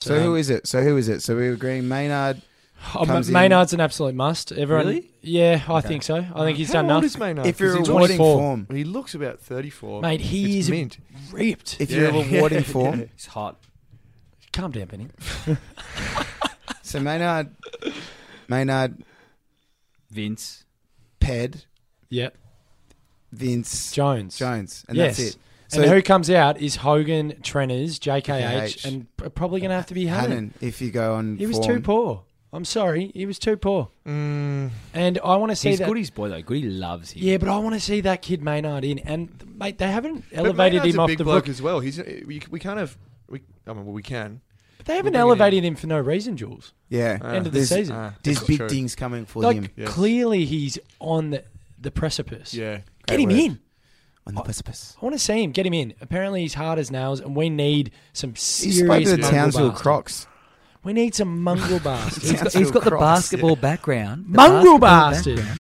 So Um, who is it? So who is it? So we're agreeing Maynard. Oh, Ma- comes in- Maynard's an absolute must. Everyone, Really? Yeah, I Okay. think so. I think he's How done old enough. is Maynard? If you're Because he looks- awarding four. form, he looks about thirty-four. Mate, he It's is mint. ripped. if you're Yeah. awarding Yeah. form, He's hot. Calm down, Benny. so Maynard, Maynard, Vince. Ped, Yeah, Vince Jones, Jones. and yes. that's it. and who comes out is Hogan, Trenners, JKH, JKH. and p- probably going to have to be Hannon. Hannon, if you go on, He was form, too poor. I'm sorry, he was too poor. Mm, And I want to see He's that. Goody's boy though. Goody loves him. Yeah, but I want to see that kid Maynard in. And mate, they haven't but elevated Maynard's him a off big the bloke book. as well. He's we, we can't have. We, I mean, well, we can. They haven't bring it in. elevated him for no reason, Jules. Yeah, Uh, End of the there's- season. Ah, there's that's big true. things coming for like him Yes. clearly he's on the, the precipice. Yeah. Get Great him word. in. on the precipice. I want to see him. Get him in. Apparently he's hard as nails, and we need some He serious. spoke to the mongrel Townsville bastard. Crocs. We need some mongrel bastards. He's got, he's got the Crocs. basketball background. the Mongrel basketball bastard. background.